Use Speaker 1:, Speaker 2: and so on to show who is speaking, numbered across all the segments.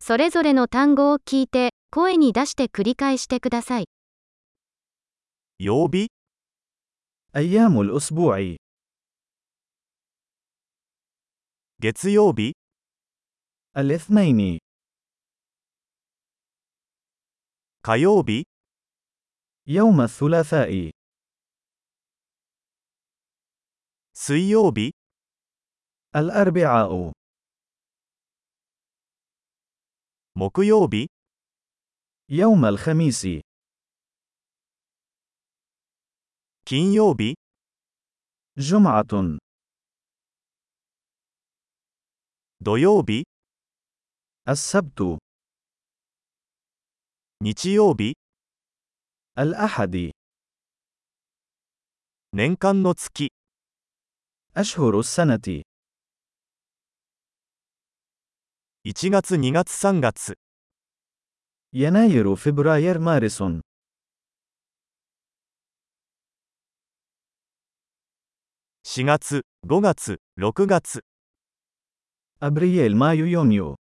Speaker 1: それぞれの単語を聞いて、声に出して繰り返してください。
Speaker 2: 曜日
Speaker 3: أيام الأسبوع
Speaker 2: 月曜日
Speaker 3: الاثنين
Speaker 2: 火曜日
Speaker 3: يوم الثلاثاء
Speaker 2: 水曜日
Speaker 3: الأربعاء
Speaker 2: 木曜日
Speaker 3: يوم الخميس
Speaker 2: 金曜日
Speaker 3: جمعة
Speaker 2: 土曜日
Speaker 3: السبت
Speaker 2: 日曜日
Speaker 3: الأحد
Speaker 2: 年間の月
Speaker 3: أشهر السنة
Speaker 2: 1月2月3月
Speaker 3: يناير فبراير مارس
Speaker 2: 4月5月6月
Speaker 3: أبريل مايو يونيو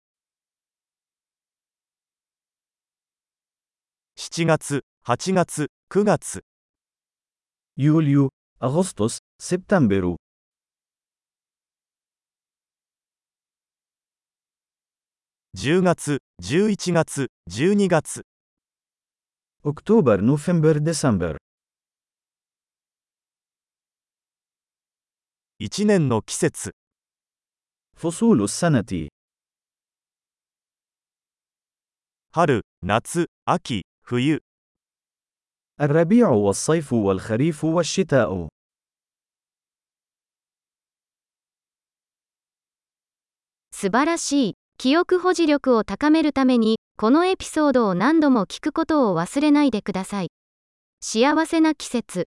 Speaker 2: 7月8月9月
Speaker 3: يوليو أغسطس سبتمبر
Speaker 2: 10月11月12月
Speaker 3: أكتوبر نوفمبر ديسمبر
Speaker 2: 1年の季節
Speaker 3: فصول السنة
Speaker 2: 春夏秋冬
Speaker 3: الربيع والصيف والخريف والشتاء
Speaker 1: 素晴らしい。記憶保持力を高めるために、このエピソードを何度も聞くことを忘れないでください。幸せな季節。